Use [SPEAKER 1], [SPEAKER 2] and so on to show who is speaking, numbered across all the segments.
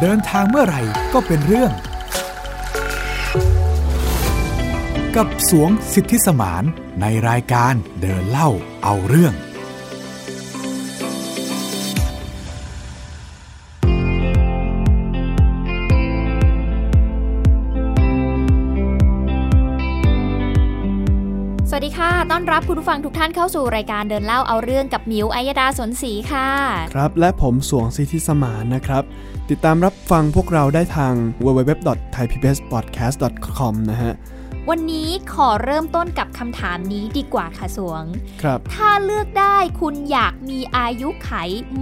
[SPEAKER 1] เดินทางเมื่อไหร่ก็เป็นเรื่อง กับสวงสิทธิสมานในรายการเดินเล่าเอาเรื่อง
[SPEAKER 2] สวัสดีค่ะ ต้อนรับคุณผู้ฟังทุกท่านเข้าสู่รายการเดินเล่าเอาเรื่องกับหมิวอัยดาสนศรีค่ะ
[SPEAKER 3] ครับ และผมสวงสิทธิสมานนะครับ ติดตามรับฟังพวกเราได้ทาง www.thaipbspodcast.com นะฮะ
[SPEAKER 2] วันนี้ขอเริ่มต้นกับคำถามนี้ดีกว่าค่ะสวง
[SPEAKER 3] ครับ
[SPEAKER 2] ถ้าเลือกได้คุณอยากมีอายุไข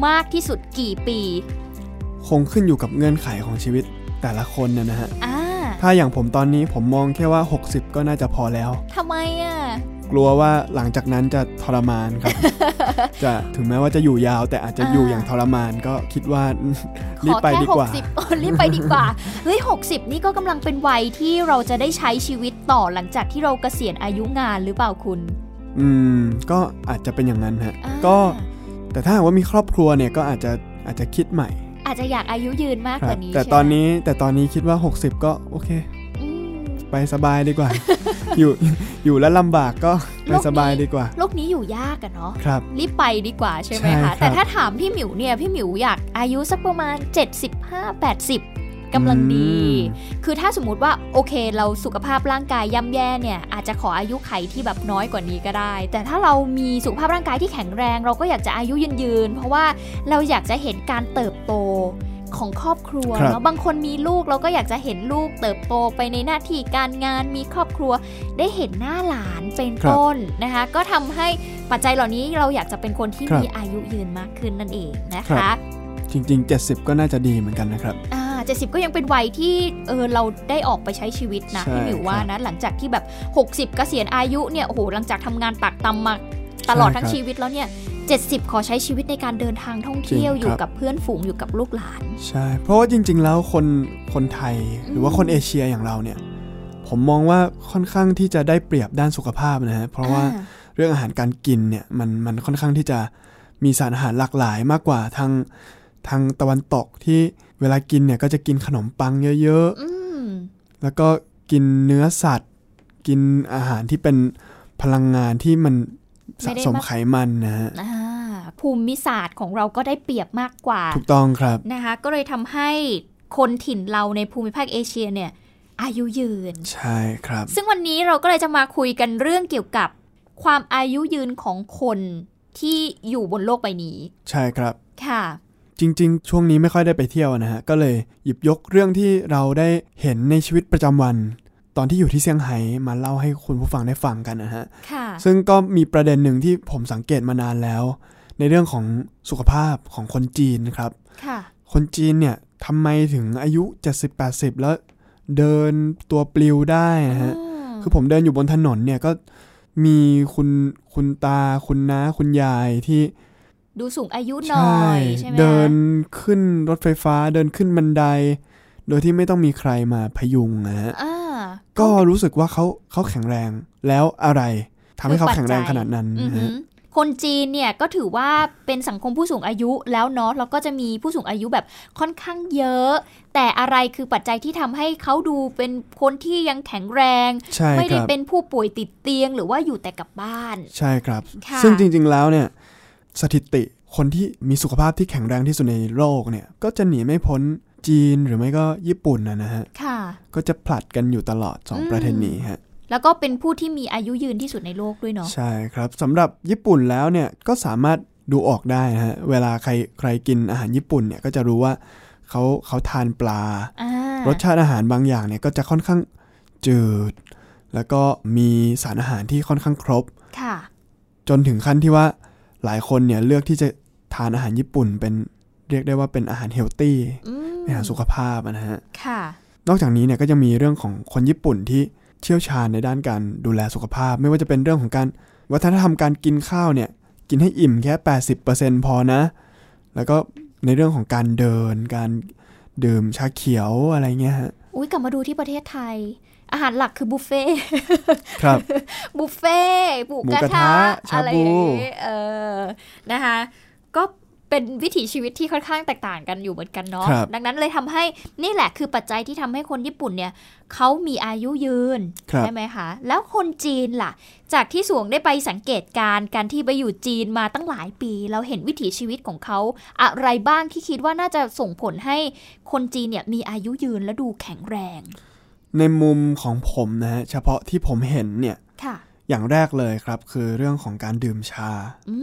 [SPEAKER 2] มากที่สุดกี่ปี
[SPEAKER 3] คงขึ้นอยู่กับเงื่อนไขของชีวิตแต่ละคนนะนะฮะ
[SPEAKER 2] อ่า
[SPEAKER 3] ถ้าอย่างผมตอนนี้ผมมองแค่ว่า 60 ก็น่าจะพอแล้ว
[SPEAKER 2] ทำไมอ่ะ
[SPEAKER 3] กลัวว่าหลังจากนั้นจะทรมาน ครับ จะถึงแม้ว่าจะอยู่ยาว แต่อาจจะอยู่
[SPEAKER 2] อ่า
[SPEAKER 3] อย่างทรมานก็คิดว่า
[SPEAKER 2] ข
[SPEAKER 3] รีบ
[SPEAKER 2] อ
[SPEAKER 3] ไป
[SPEAKER 2] แค่
[SPEAKER 3] ดีกว่า
[SPEAKER 2] 60อ๋อรีบไปดีกว่า เฮ้ย 60 นี่ก็กำลังเป็นวัยที่เราจะได้ใช้ชีวิตต่อหลังจากที่เราเกษียณอายุงานหรือเปล่าคุณ
[SPEAKER 3] อืม ก็อาจจะเป็นอย่างนั้นฮะ
[SPEAKER 2] อ่า
[SPEAKER 3] ก็ แต่ถ้าหากว่ามีครอบครัวเนี่ยก็อาจจะอาจจะคิดใหม่
[SPEAKER 2] อาจจะอยากอายุยืนมาก
[SPEAKER 3] ค
[SPEAKER 2] ก
[SPEAKER 3] รั
[SPEAKER 2] ว่า
[SPEAKER 3] บ
[SPEAKER 2] นี้
[SPEAKER 3] แต่
[SPEAKER 2] ใช่ไหม
[SPEAKER 3] ตอนนี้แต่ตอนนี้คิดว่า 60 ก็โอเค
[SPEAKER 2] อืม
[SPEAKER 3] ไปสบายดีกว่า อยู่อยู่แล้วลำบากก็ไป
[SPEAKER 2] โลกนี้
[SPEAKER 3] สบายดีกว่า
[SPEAKER 2] โลกนี้อยู่ยากอะเนาะ
[SPEAKER 3] ครับ
[SPEAKER 2] รีบไปดีกว่าใช่ไหม
[SPEAKER 3] ใช่ครั
[SPEAKER 2] คะ
[SPEAKER 3] บ
[SPEAKER 2] แต่ถ้าถามพี่หมิวเนี่ย พี่หมิวอยากอายุสักประมาณ 75-80กำลังดี คือถ้าสมมุติว่าโอเคเราสุขภาพร่างกายย่ำแย่เนี่ย อาจจะขออายุไขที่แบบน้อยกว่านี้ก็ได้ แต่ถ้าเรามีสุขภาพร่างกายที่แข็งแรง เราก็อยากจะอายุยืนยืนๆเพราะว่าเราอยากจะเห็นการเติบโตของครอบครัว
[SPEAKER 3] ครับ
[SPEAKER 2] เนาะบางคนมีลูกเราก็อยากจะเห็นลูกเติบโตไปในหน้าที่การงานมีครอบครัว ได้เห็นหน้าหลานเป็นต้นนะคะ ก็ทำให้ปัจจัยเหล่านี้เราอยากจะเป็นคนที่
[SPEAKER 3] ครับ
[SPEAKER 2] มีอายุยืนมากขึ้นนั่นเองนะคะ
[SPEAKER 3] จริง ๆ 70 ก็น่าจะดีเหมือนกันนะครับ
[SPEAKER 2] อ่าเจ็ดสิบก็ยังเป็นวัยที่เออเราได้ออกไปใช้ชีวิตนะ
[SPEAKER 3] ใช่
[SPEAKER 2] พี่หมิวว่านะหลังจากที่แบบ 60 เกษียณอายุเนี่ยโอ้โหหลังจากทำงานตักตำมาตลอด
[SPEAKER 3] ใช่
[SPEAKER 2] ทั้ง
[SPEAKER 3] ครับ
[SPEAKER 2] ชีวิตแล้วเนี่ย 70 ขอใช้ชีวิตในการเดินทางท่องเที่ยว
[SPEAKER 3] จริง
[SPEAKER 2] อยู่
[SPEAKER 3] ครับ
[SPEAKER 2] กับเพื่อนฝูงอยู่กับลูกหลาน
[SPEAKER 3] ใช่ เพราะว่าจริง ๆ แล้วคนคนไทยหรือว่า
[SPEAKER 2] อืม
[SPEAKER 3] คนเอเชียอย่างเราเนี่ย ผมมองว่าค่อนข้างที่จะได้เปรียบด้านสุขภาพนะฮะเพราะว่า
[SPEAKER 2] อ่า
[SPEAKER 3] เรื่องอาหารการกินเนี่ยมันมันค่อนข้างที่จะมีสารอาหารหลากหลายมากกว่าทางทางตะวันตกที่เวลากินเนี่ยก็จะกินขนมปังเยอะๆ
[SPEAKER 2] อืม
[SPEAKER 3] แล้วก็กินเนื้อสัตว์ กินอาหารที่เป็นพลังงานที่มันสะสม
[SPEAKER 2] ไม่ได้มาก
[SPEAKER 3] ไขมันนะฮะ
[SPEAKER 2] อ่าภูมิศาสตร์ของเราก็ได้เปรียบมากกว่า
[SPEAKER 3] ถูกต้องครับ
[SPEAKER 2] นะคะก็เลยทำให้คนถิ่นเราในภูมิภาคเอเชียเนี่ยอายุยืน
[SPEAKER 3] ใช่ครับ
[SPEAKER 2] ซึ่งวันนี้เราก็เลยจะมาคุยกันเรื่องเกี่ยวกับ ความอายุยืนของคนที่อยู่บนโลกใบนี้
[SPEAKER 3] ใช่ครับ
[SPEAKER 2] ค่ะ
[SPEAKER 3] จริง ๆ ช่วงนี้ไม่ค่อยได้ไปเที่ยวนะฮะ ก็เลยหยิบยกเรื่องที่เราได้เห็นในชีวิตประจำวัน ตอนที่อยู่ที่เซี่ยงไฮ้มาเล่าให้คุณผู้ฟังได้ฟังกันนะฮะ
[SPEAKER 2] ค่ะ
[SPEAKER 3] ซึ่งก็มีประเด็นหนึ่งที่ผมสังเกตมานานแล้ว ในเรื่องของสุขภาพของคนจีนครับ
[SPEAKER 2] ค่ะ
[SPEAKER 3] คนจีนเนี่ยทำไมถึงอายุ 70-80 แล้วเดินตัวปลิวได้นะฮะ คือผมเดินอยู่บนถนนเนี่ยก็มีคุณคุณตาคุณน้าคุณยายที่
[SPEAKER 2] ดูสูงอายุหน่อยใช่ไหมคะ
[SPEAKER 3] เดินขึ้นรถไฟฟ้าเดินขึ้นบันได โดยที่ไม่ต้องมีใครมาพยุงนะฮะ
[SPEAKER 2] อ่า
[SPEAKER 3] ก็รู้สึกว่าเขาเขาแข็งแรงแล้วอะไรทำให้เขา
[SPEAKER 2] คือปัจจัย
[SPEAKER 3] แข็งแรงขนาดนั้น
[SPEAKER 2] อือ
[SPEAKER 3] นะ
[SPEAKER 2] หื
[SPEAKER 3] ฮะ
[SPEAKER 2] อคนจีนเนี่ยก็ถือว่าเป็นสังคมผู้สูงอายุแล้วเนาะแล้วก็จะมีผู้สูงอายุแบบค่อนข้างเยอะ แต่อะไรคือปัจจัยที่ทำให้เขาดูเป็นคนที่ยังแข็งแรง
[SPEAKER 3] ใช่
[SPEAKER 2] ไม่
[SPEAKER 3] ค
[SPEAKER 2] ได้
[SPEAKER 3] รับ
[SPEAKER 2] เป็นผู้ป่วยติดเตียงหรือว่าอยู่แต่กับบ้าน
[SPEAKER 3] ใช่ครับ
[SPEAKER 2] ค่ะ
[SPEAKER 3] ซึ่งจริง ๆแล้วเนี่ยสถิติคนที่มีสุขภาพที่แข็งแรงที่สุดในโลกเนี่ยก็จะหนีไม่พ้นจีนหรือไม่ก็ญี่ปุ่นนะนะฮะ
[SPEAKER 2] ค่ะ
[SPEAKER 3] ก็จะผลัดกันอยู่ตลอดสอง
[SPEAKER 2] อืม
[SPEAKER 3] ประเทศนี้ฮะ
[SPEAKER 2] แล้วก็เป็นผู้ที่มีอายุยืนที่สุดในโลกด้วยเนาะ
[SPEAKER 3] ใช่ครับสำหรับญี่ปุ่นแล้วเนี่ยก็สามารถดูออกได้นะฮะเวลาใครใครกินอาหารญี่ปุ่นเนี่ยก็จะรู้ว่าเขาเขาทานปลา
[SPEAKER 2] อ่าร
[SPEAKER 3] สชาติอาหารบางอย่างเนี่ยก็จะค่อนข้างจืด แล้วก็มีสารอาหารที่ค่อนข้างครบ
[SPEAKER 2] ค่ะ
[SPEAKER 3] จนถึงขั้นที่ว่าหลายคนเนี่ยเลือกที่จะทานอาหารญี่ปุ่นเป็นเรียกได้ว่าเป็นอาหารเฮลตี้
[SPEAKER 2] อืม
[SPEAKER 3] อาหารสุขภาพอะนะฮะ
[SPEAKER 2] ค่ะ
[SPEAKER 3] นอกจากนี้เนี่ยก็ยังมีเรื่องของคนญี่ปุ่นที่เชี่ยวชาญในด้านการดูแลสุขภาพ ไม่ว่าจะเป็นเรื่องของการวัฒนธรรมการกินข้าวเนี่ย กินให้อิ่มแค่ 80%พอนะ แล้วก็ในเรื่องของการเดิน การดื่มชาเขียวอะไรเงี้ยฮะ
[SPEAKER 2] อุ้ยกลับมาดูที่ประเทศไทย อาหารหลักคือบุฟเฟ่ต์
[SPEAKER 3] ครับ
[SPEAKER 2] บุฟเฟ่ต์หมูกระทะ
[SPEAKER 3] หมูกระทะชาบู
[SPEAKER 2] อะไรอย่างงี้เออนะคะ ก็ เป็นวิถีชีวิตที่ค่อนข้างแตกต่างกันอยู่เหมือนกันเนาะ
[SPEAKER 3] ครับ
[SPEAKER 2] ดังนั้นเลยทำให้นี่แหละคือปัจจัยที่ทำให้คนญี่ปุ่นเนี่ยเขามีอายุยืน
[SPEAKER 3] ครับ
[SPEAKER 2] ใช่ไหมคะ แล้วคนจีนล่ะ จากที่สวงได้ไปสังเกตการณ์การที่ไปอยู่จีนมาตั้งหลายปี เราเห็นวิถีชีวิตของเขา อะไรบ้างที่คิดว่าน่าจะส่งผลให้คนจีนเนี่ยมีอายุยืนและดูแข็งแรง
[SPEAKER 3] ในมุมของผมนะฮะเฉพาะที่ผมเห็นเนี่ย
[SPEAKER 2] ค่ะ
[SPEAKER 3] อย่างแรกเลยครับ คือเรื่องของการดื่มชา
[SPEAKER 2] อื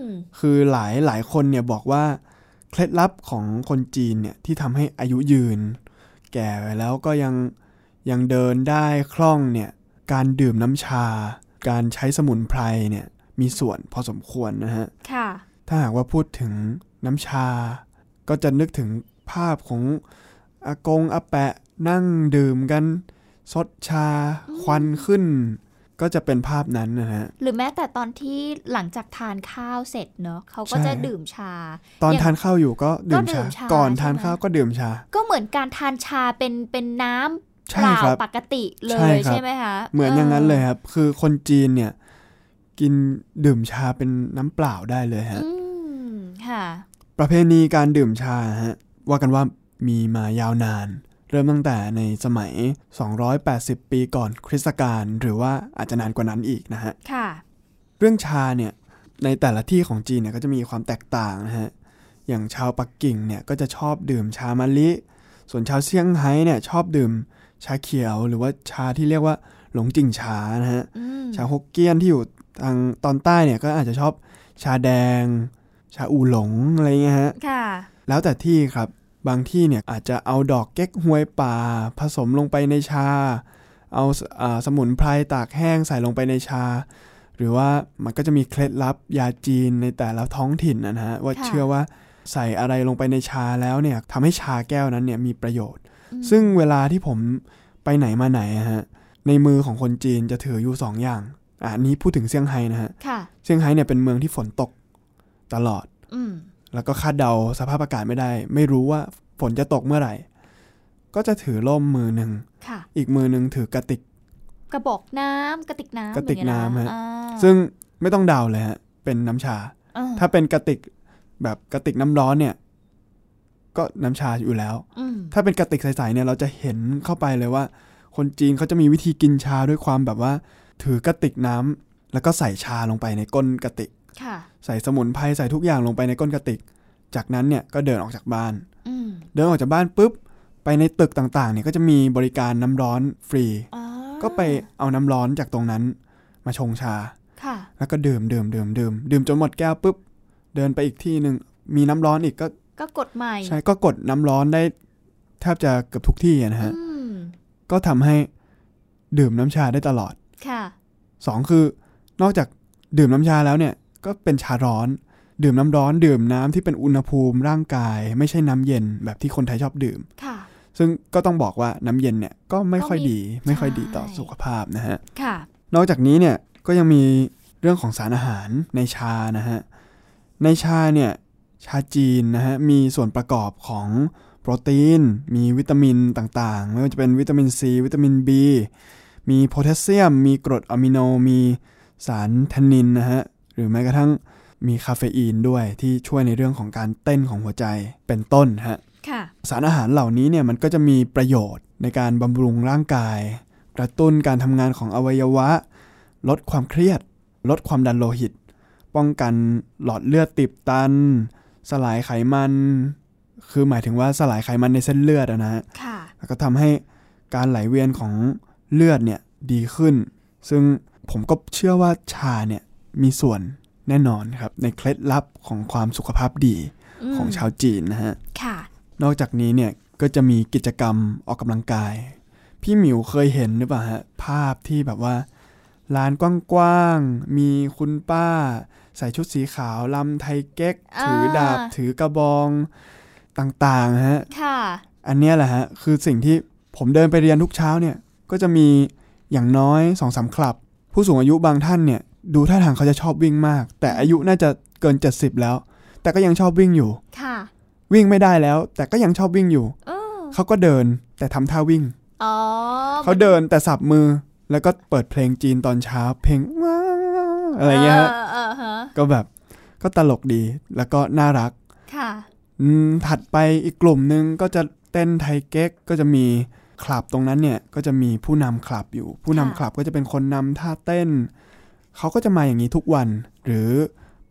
[SPEAKER 2] ม
[SPEAKER 3] คือหลายหลายคนเนี่ยบอกว่าเคล็ดลับของคนจีนเนี่ยที่ทำให้อายุยืน แก่ไปแล้วก็ยังยังเดินได้คล่องเนี่ยการดื่มน้ำชา การใช้สมุนไพรเนี่ยมีส่วนพอสมควรนะฮะ
[SPEAKER 2] ค่ะ
[SPEAKER 3] ถ้าหากว่าพูดถึงน้ำชา ก็จะนึกถึงภาพของอากงอาแปะนั่งดื่มกันซดชา ควันขึ้น ก็จะเป็นภาพนั้นนะฮะ
[SPEAKER 2] หรือแม้แต่ตอนที่หลังจากทานข้าวเสร็จเนอะเขาก็
[SPEAKER 3] ใช่
[SPEAKER 2] จะดื่มชา
[SPEAKER 3] ตอ
[SPEAKER 2] อ
[SPEAKER 3] น
[SPEAKER 2] ย่าง
[SPEAKER 3] ทานข้าวอยู่ก็ดื่ม
[SPEAKER 2] ก็ดื่
[SPEAKER 3] ชา
[SPEAKER 2] มชา
[SPEAKER 3] ก่อน
[SPEAKER 2] ใช่ไหม
[SPEAKER 3] ทานข้าวก็ดื่มชา
[SPEAKER 2] ก็เหมือนการทานชาเป็นเป็นน้ำ
[SPEAKER 3] ใช่
[SPEAKER 2] เปล่า
[SPEAKER 3] ครับ
[SPEAKER 2] ปกติเล
[SPEAKER 3] ใช่
[SPEAKER 2] ย
[SPEAKER 3] ครับ
[SPEAKER 2] ใช่ไหมคะ
[SPEAKER 3] เหมือนอย่างนั้นเลยครับ คือคนจีนเนี่ยกินดื่มชาเป็นน้ำเปล่าได้เลยฮะ
[SPEAKER 2] อืมค่ะ
[SPEAKER 3] ประเพณีการดื่มชาฮะว่ากันว่ามีมายาวนาน เริ่มตั้งแต่ในสมัย 280 ปีก่อนคริสตกาลหรือว่าอาจจะนานกว่านั้นอีกนะฮะ
[SPEAKER 2] ค่ะ
[SPEAKER 3] เรื่องชาเนี่ยในแต่ละที่ของจีนเนี่ยก็จะมีความแตกต่างนะฮะ อย่างชาวปักกิ่งเนี่ยก็จะชอบดื่มชามะลิ ส่วนชาวเซี่ยงไฮ้เนี่ยชอบดื่มชาเขียวหรือว่าชาที่เรียกว่าหลงจิงชานะฮะ
[SPEAKER 2] อืม
[SPEAKER 3] ชาวฮกเกี้ยนที่อยู่ทางตอนใต้เนี่ยก็อาจจะชอบชาแดง ชาอูหลงอะไรเงี้ยฮะ
[SPEAKER 2] ค่ะ
[SPEAKER 3] แล้วแต่ที่ครับบางที่เนี่ยอาจจะเอาดอกเก๊กฮวยป่า ผสมลงไปในชา เอาสอาสมุนไพรตากแห้งใส่ลงไปในชา หรือว่ามันก็จะมีเคล็ดลับยาจีนในแต่ละท้องถิ่นนะนะฮะว่า
[SPEAKER 2] ค่ะ
[SPEAKER 3] เชื่อว่าใส่อะไรลงไปในชาแล้วเนี่ยทำให้ชาแก้วนั้นเนี่ยมีประโยชน์ ซึ่งเวลาที่ผมไปไหนมาไหนอะฮะในมือของคนจีนจะถืออยู่สองอย่างอ่านี้พูดถึงเซี่ยงไฮ้นะฮะ
[SPEAKER 2] ค่ะ
[SPEAKER 3] เซี่ยงไฮ้เนี่ยเป็นเมืองที่ฝนตกตลอด
[SPEAKER 2] อืม
[SPEAKER 3] แล้วก็คาดเดาสภาพอากาศไม่ได้ ไม่รู้ว่าฝนจะตกเมื่อไหร่ ก็จะถือร่มมือหนึ่ง
[SPEAKER 2] ค่ะ
[SPEAKER 3] อีกมือหนึ่งถือกระติก
[SPEAKER 2] กระบอกน้ำกระติกน้ำ
[SPEAKER 3] กระติกน้ำ
[SPEAKER 2] อย่างเงี้ย
[SPEAKER 3] ฮะ
[SPEAKER 2] อ่า
[SPEAKER 3] ซึ่งไม่ต้องเดาเลยฮะ เป็นน้ำชา
[SPEAKER 2] อ่
[SPEAKER 3] ถ้าเป็นกระติกแบบกระติกน้ำร้อนเนี่ย ก็น้ำชาอยู่แล้ว
[SPEAKER 2] อืม
[SPEAKER 3] ถ้าเป็นกระติกใสๆเนี่ยเราจะเห็นเข้าไปเลยว่า คนจีนเขาจะมีวิธีกินชาด้วยความแบบว่า ถือกระติกน้ำแล้วก็ใส่ชาลงไปในก้นกระติก
[SPEAKER 2] ค่ะ
[SPEAKER 3] ใส่สมุนไพรใส่ทุกอย่างลงไปในก้นกระติก จากนั้นเนี่ยก็เดินออกจากบ้าน
[SPEAKER 2] อืม
[SPEAKER 3] เดินออกจากบ้านปุ๊บ ไปในตึกต่างๆเนี่ยก็จะมีบริการน้ำร้อนฟรี
[SPEAKER 2] อ่า
[SPEAKER 3] ก็ไปเอาน้ำร้อนจากตรงนั้น มาชงชา
[SPEAKER 2] ค่ะ
[SPEAKER 3] แล้วก็ดื่มดื่มดื่มดื่มดื่มจนหมดแก้วปุ๊บ เดินไปอีกที่หนึ่งมีน้ำร้อนอีกก็
[SPEAKER 2] ก็กดใหม่
[SPEAKER 3] ใช้ก็กดน้ำร้อนได้แทบจะเกือบทุกที่อะนะฮะ
[SPEAKER 2] อืม
[SPEAKER 3] ก็ทำให้ดื่มน้ำชาได้ตลอด
[SPEAKER 2] ค่ะ
[SPEAKER 3] สองคือนอกจากดื่มน้ำชาแล้วเนี่ยก็เป็นชาร้อน ดื่มน้ำร้อน ดื่มน้ำที่เป็นอุณหภูมิร่างกาย ไม่ใช่น้ำเย็นแบบที่คนไทยชอบดื่ม
[SPEAKER 2] ค่ะ
[SPEAKER 3] ซึ่งก็ต้องบอกว่าน้ำเย็นเนี่ยก็ไม่ค่อย
[SPEAKER 2] ก็มี
[SPEAKER 3] ดีไม่ค่อยดีต่อ
[SPEAKER 2] ใช่
[SPEAKER 3] สุขภาพนะฮะ
[SPEAKER 2] ค่ะ
[SPEAKER 3] นอกจากนี้เนี่ยก็ยังมีเรื่องของสารอาหารในชานะฮะ ในชาเนี่ยชาจีนนะฮะมีส่วนประกอบของโปรตีน มีวิตามินต่างๆ ไม่ว่าจะเป็นวิตามินซีวิตามิน B มีโพแทสเซียม มีกรดอะมิโน มีสารแทนนินนะฮะ หรือแม้กระทั่งมีคาเฟอีนด้วยที่ช่วยในเรื่องของการเต้นของหัวใจเป็นต้นฮะ
[SPEAKER 2] ค่ะ
[SPEAKER 3] สารอาหารเหล่านี้เนี่ยมันก็จะมีประโยชน์ในการบำรุงร่างกาย กระตุ้นการทำงานของอวัยวะ ลดความเครียด ลดความดันโลหิต ป้องกันหลอดเลือดตีบตัน สลายไขมัน คือหมายถึงว่าสลายไขมันในเส้นเลือดอะนะฮะ
[SPEAKER 2] ค่ะ
[SPEAKER 3] แล้วก็ทำให้การไหลเวียนของเลือดเนี่ยดีขึ้น ซึ่งผมก็เชื่อว่าชาเนี่ยมีส่วนแน่นอนครับในเคล็ดลับของความสุขภาพดี
[SPEAKER 2] ม
[SPEAKER 3] ของชาวจีนนะฮะ
[SPEAKER 2] ค่ะ
[SPEAKER 3] นอกจากนี้เนี่ยก็จะมีกิจกรรมออกกำลังกาย พี่หมิวเคยเห็นหรือเปล่าฮะภาพที่แบบว่าลานกว้างๆ มีคุณป้า ใส่ชุดสีขาวลำไทยเก๊ก
[SPEAKER 2] อ่า
[SPEAKER 3] ถือดาบถือกระบองต่างๆฮะ
[SPEAKER 2] ค่ะ
[SPEAKER 3] อันเนี้ยแหละฮะคือสิ่งที่ผมเดินไปเรียนทุกเช้าเนี่ยก็จะมีอย่างน้อยสองสามคลับ ผู้สูงอายุบางท่านเนี่ยดูท่าทางเขาจะชอบวิ่งมาก แต่อายุน่าจะเกิน 70 แล้ว แต่ก็ยังชอบวิ่งอยู่
[SPEAKER 2] ค่ะ
[SPEAKER 3] วิ่งไม่ได้แล้ว แต่ก็ยังชอบวิ่งอยู่
[SPEAKER 2] เออ
[SPEAKER 3] เขาก็เดินแต่ทำท่าวิ่ง
[SPEAKER 2] อ๋อ
[SPEAKER 3] เขาเดินแต่สับมือ แล้วก็เปิดเพลงจีนตอนเช้า เพลงว้าวอะไรเงี้ยฮะ
[SPEAKER 2] เออเออเออฮะ
[SPEAKER 3] ก็แบบก็ตลกดีแล้วก็น่ารัก
[SPEAKER 2] ค่ะ
[SPEAKER 3] อืมถัดไปอีกกลุ่มหนึ่งก็จะเต้นไทยเก๊กก็จะมีคลับตรงนั้นเนี่ยก็จะมีผู้นำคลับอยู่ ผู้นำ
[SPEAKER 2] ค่ะ
[SPEAKER 3] คลับก็จะเป็นคนนำท่าเต้น เขาก็จะมาอย่างนี้ทุกวัน หรือ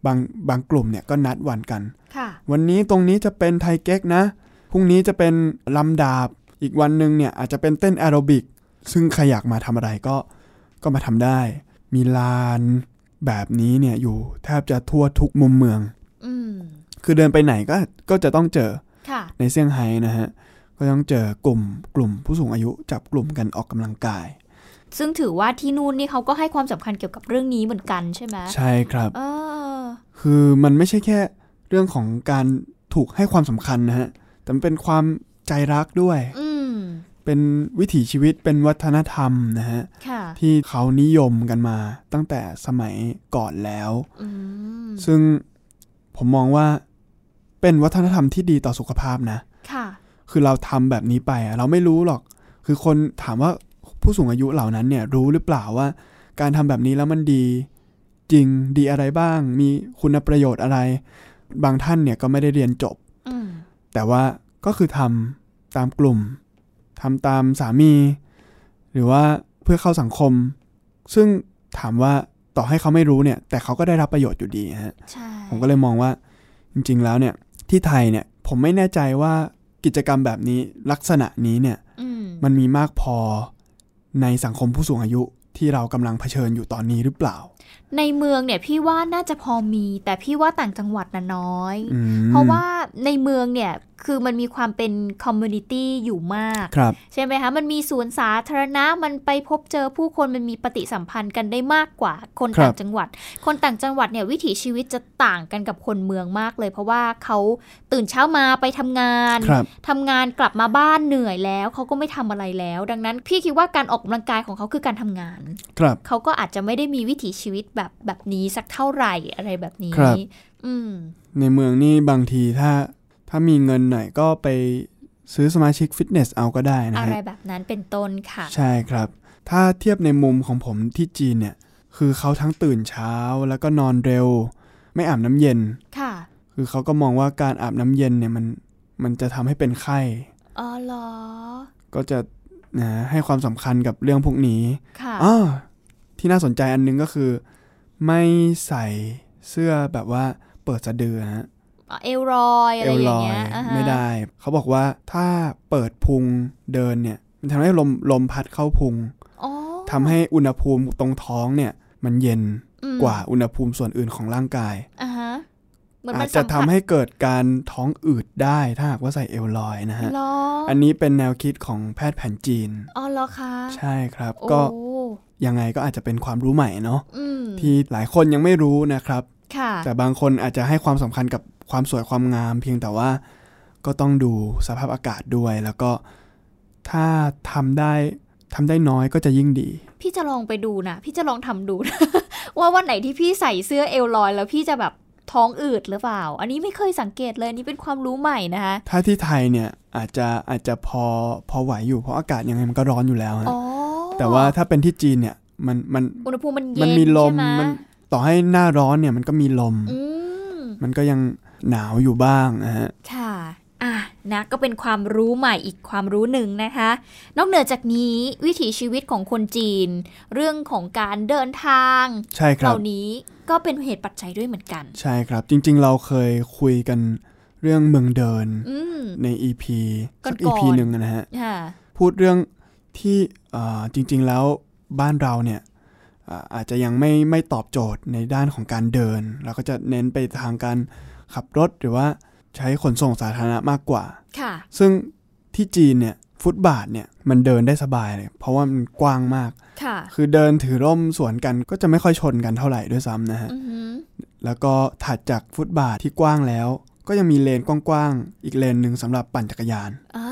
[SPEAKER 3] บางบางกลุ่มเนี่ยก็นัดวันกัน
[SPEAKER 2] ค่ะ
[SPEAKER 3] วันนี้ตรงนี้จะเป็นไทยเก๊กนะ พรุ่งนี้จะเป็นลำดาบ อีกวันหนึ่งเนี่ยอาจจะเป็นเต้นแอโรบิก ซึ่งใครอยากมาทำอะไรก็ก็มาทำได้ มีลานแบบนี้เนี่ยอยู่แทบจะทั่วทุกมุมเมือง
[SPEAKER 2] อืม
[SPEAKER 3] คือเดินไปไหนก็ก็จะต้องเจอ
[SPEAKER 2] ค่ะ
[SPEAKER 3] ในเซี่ยงไฮ้นะฮะ ก็ต้องเจอกลุ่มกลุ่มผู้สูงอายุจับกลุ่มกันออกกำลังกาย
[SPEAKER 2] ซึ่งถือว่าที่นู่นนี่เขาก็ให้ความสำคัญเกี่ยวกับเรื่องนี้เหมือนกันใช่ไหม
[SPEAKER 3] ใช่ครับ
[SPEAKER 2] เออ
[SPEAKER 3] คือมันไม่ใช่แค่เรื่องของการถูกให้ความสำคัญนะฮะ แต่มันเป็นความใจรักด้วย
[SPEAKER 2] อืม
[SPEAKER 3] เป็นวิถีชีวิตเป็นวัฒนธรรมนะฮะ
[SPEAKER 2] ค่ะ
[SPEAKER 3] ที่เขานิยมกันมาตั้งแต่สมัยก่อนแล้ว
[SPEAKER 2] อืม
[SPEAKER 3] ซึ่งผมมองว่าเป็นวัฒนธรรมที่ดีต่อสุขภาพนะ
[SPEAKER 2] ค่ะ
[SPEAKER 3] คือเราทำแบบนี้ไปอะเราไม่รู้หรอก คือคนถามว่าผู้สูงอายุเหล่านั้นเนี่ยรู้หรือเปล่าว่า การทำแบบนี้แล้วมันดีจริงดีอะไรบ้าง มีคุณประโยชน์อะไร บางท่านเนี่ยก็ไม่ได้เรียนจบ
[SPEAKER 2] อืม
[SPEAKER 3] แต่ว่าก็คือทำตามกลุ่มทำตามสามี หรือว่าเพื่อเข้าสังคม ซึ่งถามว่าต่อให้เขาไม่รู้เนี่ย แต่เขาก็ได้รับประโยชน์อยู่ดีฮะ
[SPEAKER 2] ใช่
[SPEAKER 3] ผมก็เลยมองว่าจริง ๆ แล้วเนี่ยที่ไทยเนี่ยผมไม่แน่ใจว่ากิจกรรมแบบนี้ลักษณะนี้เนี่ย
[SPEAKER 2] อืม
[SPEAKER 3] มันมีมากพอในสังคมผู้สูงอายุที่เรากำลังเผชิญอยู่ตอนนี้หรือเปล่า
[SPEAKER 2] ในเมืองเนี่ยพี่ว่าน่าจะพอมี แต่พี่ว่าต่างจังหวัดน่ะน้อย
[SPEAKER 3] อืม
[SPEAKER 2] เพราะว่าในเมืองเนี่ย คือมันมีความเป็นคอมมูนิตี้อยู่มาก
[SPEAKER 3] ครับ
[SPEAKER 2] ใช่ไหมคะ มันมีสวนสาธารณะ มันไปพบเจอผู้คนมันมีปฏิสัมพันธ์กันได้มากกว่า คน
[SPEAKER 3] ครับ
[SPEAKER 2] ต่างจังหวัด คนต่างจังหวัดเนี่ยวิถีชีวิตจะต่างกันกับคนเมืองมากเลย เพราะว่าเขาตื่นเช้ามาไปทำงาน
[SPEAKER 3] ครับ
[SPEAKER 2] ทำงานกลับมาบ้านเหนื่อยแล้ว เขาก็ไม่ทำอะไรแล้ว ดังนั้นพี่คิดว่าการออกกำลังกายของเขาคือการทำงาน
[SPEAKER 3] ครับ
[SPEAKER 2] เขาก็อาจจะไม่ได้มีวิถีชีวิตแบบแบบนี้สักเท่าไหร่อะไรแบบนี้
[SPEAKER 3] ครับ
[SPEAKER 2] อืม
[SPEAKER 3] ในเมืองนี่บางทีถ้าถ้ามีเงินหน่อยก็ไปซื้อสมาชิกฟิตเนสเอาก็ได้นะ
[SPEAKER 2] อะไร
[SPEAKER 3] ฮะ
[SPEAKER 2] แบบนั้นเป็นต้นค่ะ
[SPEAKER 3] ใช่ครับ ถ้าเทียบในมุมของผมที่จีนเนี่ย คือเขาทั้งตื่นเช้าแล้วก็นอนเร็ว ไม่อาบน้ำเย็น
[SPEAKER 2] ค่ะ
[SPEAKER 3] คือเขาก็มองว่าการอาบน้ำเย็นเนี่ยมันมันจะทำให้เป็นไข้
[SPEAKER 2] อ๋อเหรอ
[SPEAKER 3] ก็จะนะให้ความสำคัญกับเรื่องพวกนี้
[SPEAKER 2] ค่ะ
[SPEAKER 3] อ๋อที่น่าสนใจอันหนึงก็คือ ไม่ใส่เสื้อแบบว่าเปิดสะดือฮะ
[SPEAKER 2] เอลรอยอะไรอย่างเงี้ย
[SPEAKER 3] เอลล
[SPEAKER 2] อ่า
[SPEAKER 3] อย
[SPEAKER 2] ฮะ
[SPEAKER 3] ไม่ได้ เขาบอกว่าถ้าเปิดพุงเดินเนี่ย มันทำให้ลมลมพัดเข้าพุง
[SPEAKER 2] อ๋อ
[SPEAKER 3] ทำให้อุณหภูมิตรงท้องเนี่ย มันเย็น
[SPEAKER 2] อืม
[SPEAKER 3] กว่าอุณหภูมิส่วนอื่นของร่างกาย
[SPEAKER 2] อ่าฮะเหมือนมั
[SPEAKER 3] อาน จจะ
[SPEAKER 2] สัม
[SPEAKER 3] ทำ
[SPEAKER 2] ผัส
[SPEAKER 3] ให้เกิดการท้องอืดได้ถ้าหากว่าใส่เอลลอยนะฮะ
[SPEAKER 2] เหรอ
[SPEAKER 3] อันนี้เป็นแนวคิดของแพทย์แผนจีน
[SPEAKER 2] อ๋อเหรอคะ
[SPEAKER 3] ใช่ครับ
[SPEAKER 2] โอ้
[SPEAKER 3] ก็ยังไงก็อาจจะเป็นความรู้ใหม่เนาะ
[SPEAKER 2] อืม
[SPEAKER 3] ที่หลายคนยังไม่รู้นะครับ
[SPEAKER 2] ค่ะ
[SPEAKER 3] แต่บางคนอาจจะให้ความสำคัญกับความสวยความงาม เพียงแต่ว่าก็ต้องดูสภาพอากาศด้วย แล้วก็ถ้าทำได้ทำได้น้อยก็จะยิ่งดี
[SPEAKER 2] พี่จะลองไปดูนะ พี่จะลองทำดู นะ ว่าวันไหนที่พี่ใส่เสื้อเอลลอยแล้วพี่จะแบบท้องอืดหรือเปล่า อันนี้ไม่เคยสังเกตเลยอันนี่เป็นความรู้ใหม่นะคะ
[SPEAKER 3] ถ้าที่ไทยเนี่ยอาจจะอาจจะพอพอไหวอยู่เพราะอากาศยังไงมันก็ร้อนอยู่แล้วฮะ
[SPEAKER 2] อ๋อ
[SPEAKER 3] แต่ว่าถ้าเป็นที่จีนเนี่ยมันมัน
[SPEAKER 2] อุณหภูมิมันเย็น
[SPEAKER 3] มันมีลม
[SPEAKER 2] ใช่ไห
[SPEAKER 3] มันต่อให้หน้าร้อนเนี่ยมันก็มีลม
[SPEAKER 2] อืม
[SPEAKER 3] มันก็ยังหนาวอยู่บ้างนะฮะ
[SPEAKER 2] ค่ะ อ่ะ นะ ก็เป็นความรู้ใหม่อีกความรู้หนึ่งนะคะ นอกเหนือจากนี้วิถีชีวิตของคนจีน เรื่องของการเดินทาง
[SPEAKER 3] ใช่ค
[SPEAKER 2] เห
[SPEAKER 3] รับ
[SPEAKER 2] ล่านี้ก็เป็นเหตุปัจจัยด้วยเหมือนกัน
[SPEAKER 3] ใช่ครับจริงๆเราเคยคุยกันเรื่องเมืองเดิน
[SPEAKER 2] อืม
[SPEAKER 3] ใน EP สัก
[SPEAKER 2] ก่อนๆ
[SPEAKER 3] EP หนึ่งนะฮะ
[SPEAKER 2] ค่ะ
[SPEAKER 3] พูดเรื่องที่เอ่อจริงๆแล้วบ้านเราเนี่ยอ่าอาจจะยังไม่ไม่ตอบโจทย์ในด้านของการเดิน เราก็จะเน้นไปทางการขับรถหรือว่าใช้ขนส่งสาธารณะมากกว่า
[SPEAKER 2] ค่ะ
[SPEAKER 3] ซึ่งที่จีนเนี่ยฟุตบาทเนี่ยมันเดินได้สบายเลย เพราะว่ามันกว้างมาก
[SPEAKER 2] ค่ะ
[SPEAKER 3] คือเดินถือร่มสวนกันก็จะไม่ค่อยชนกันเท่าไหร่ด้วยซ้ำนะฮะ
[SPEAKER 2] อือหือ
[SPEAKER 3] แล้วก็ถัดจากฟุตบาทที่กว้างแล้ว ก็ยังมีเลนกว้างๆอีกเลนหนึ่งสำหรับปั่นจักรยาน
[SPEAKER 2] อ่า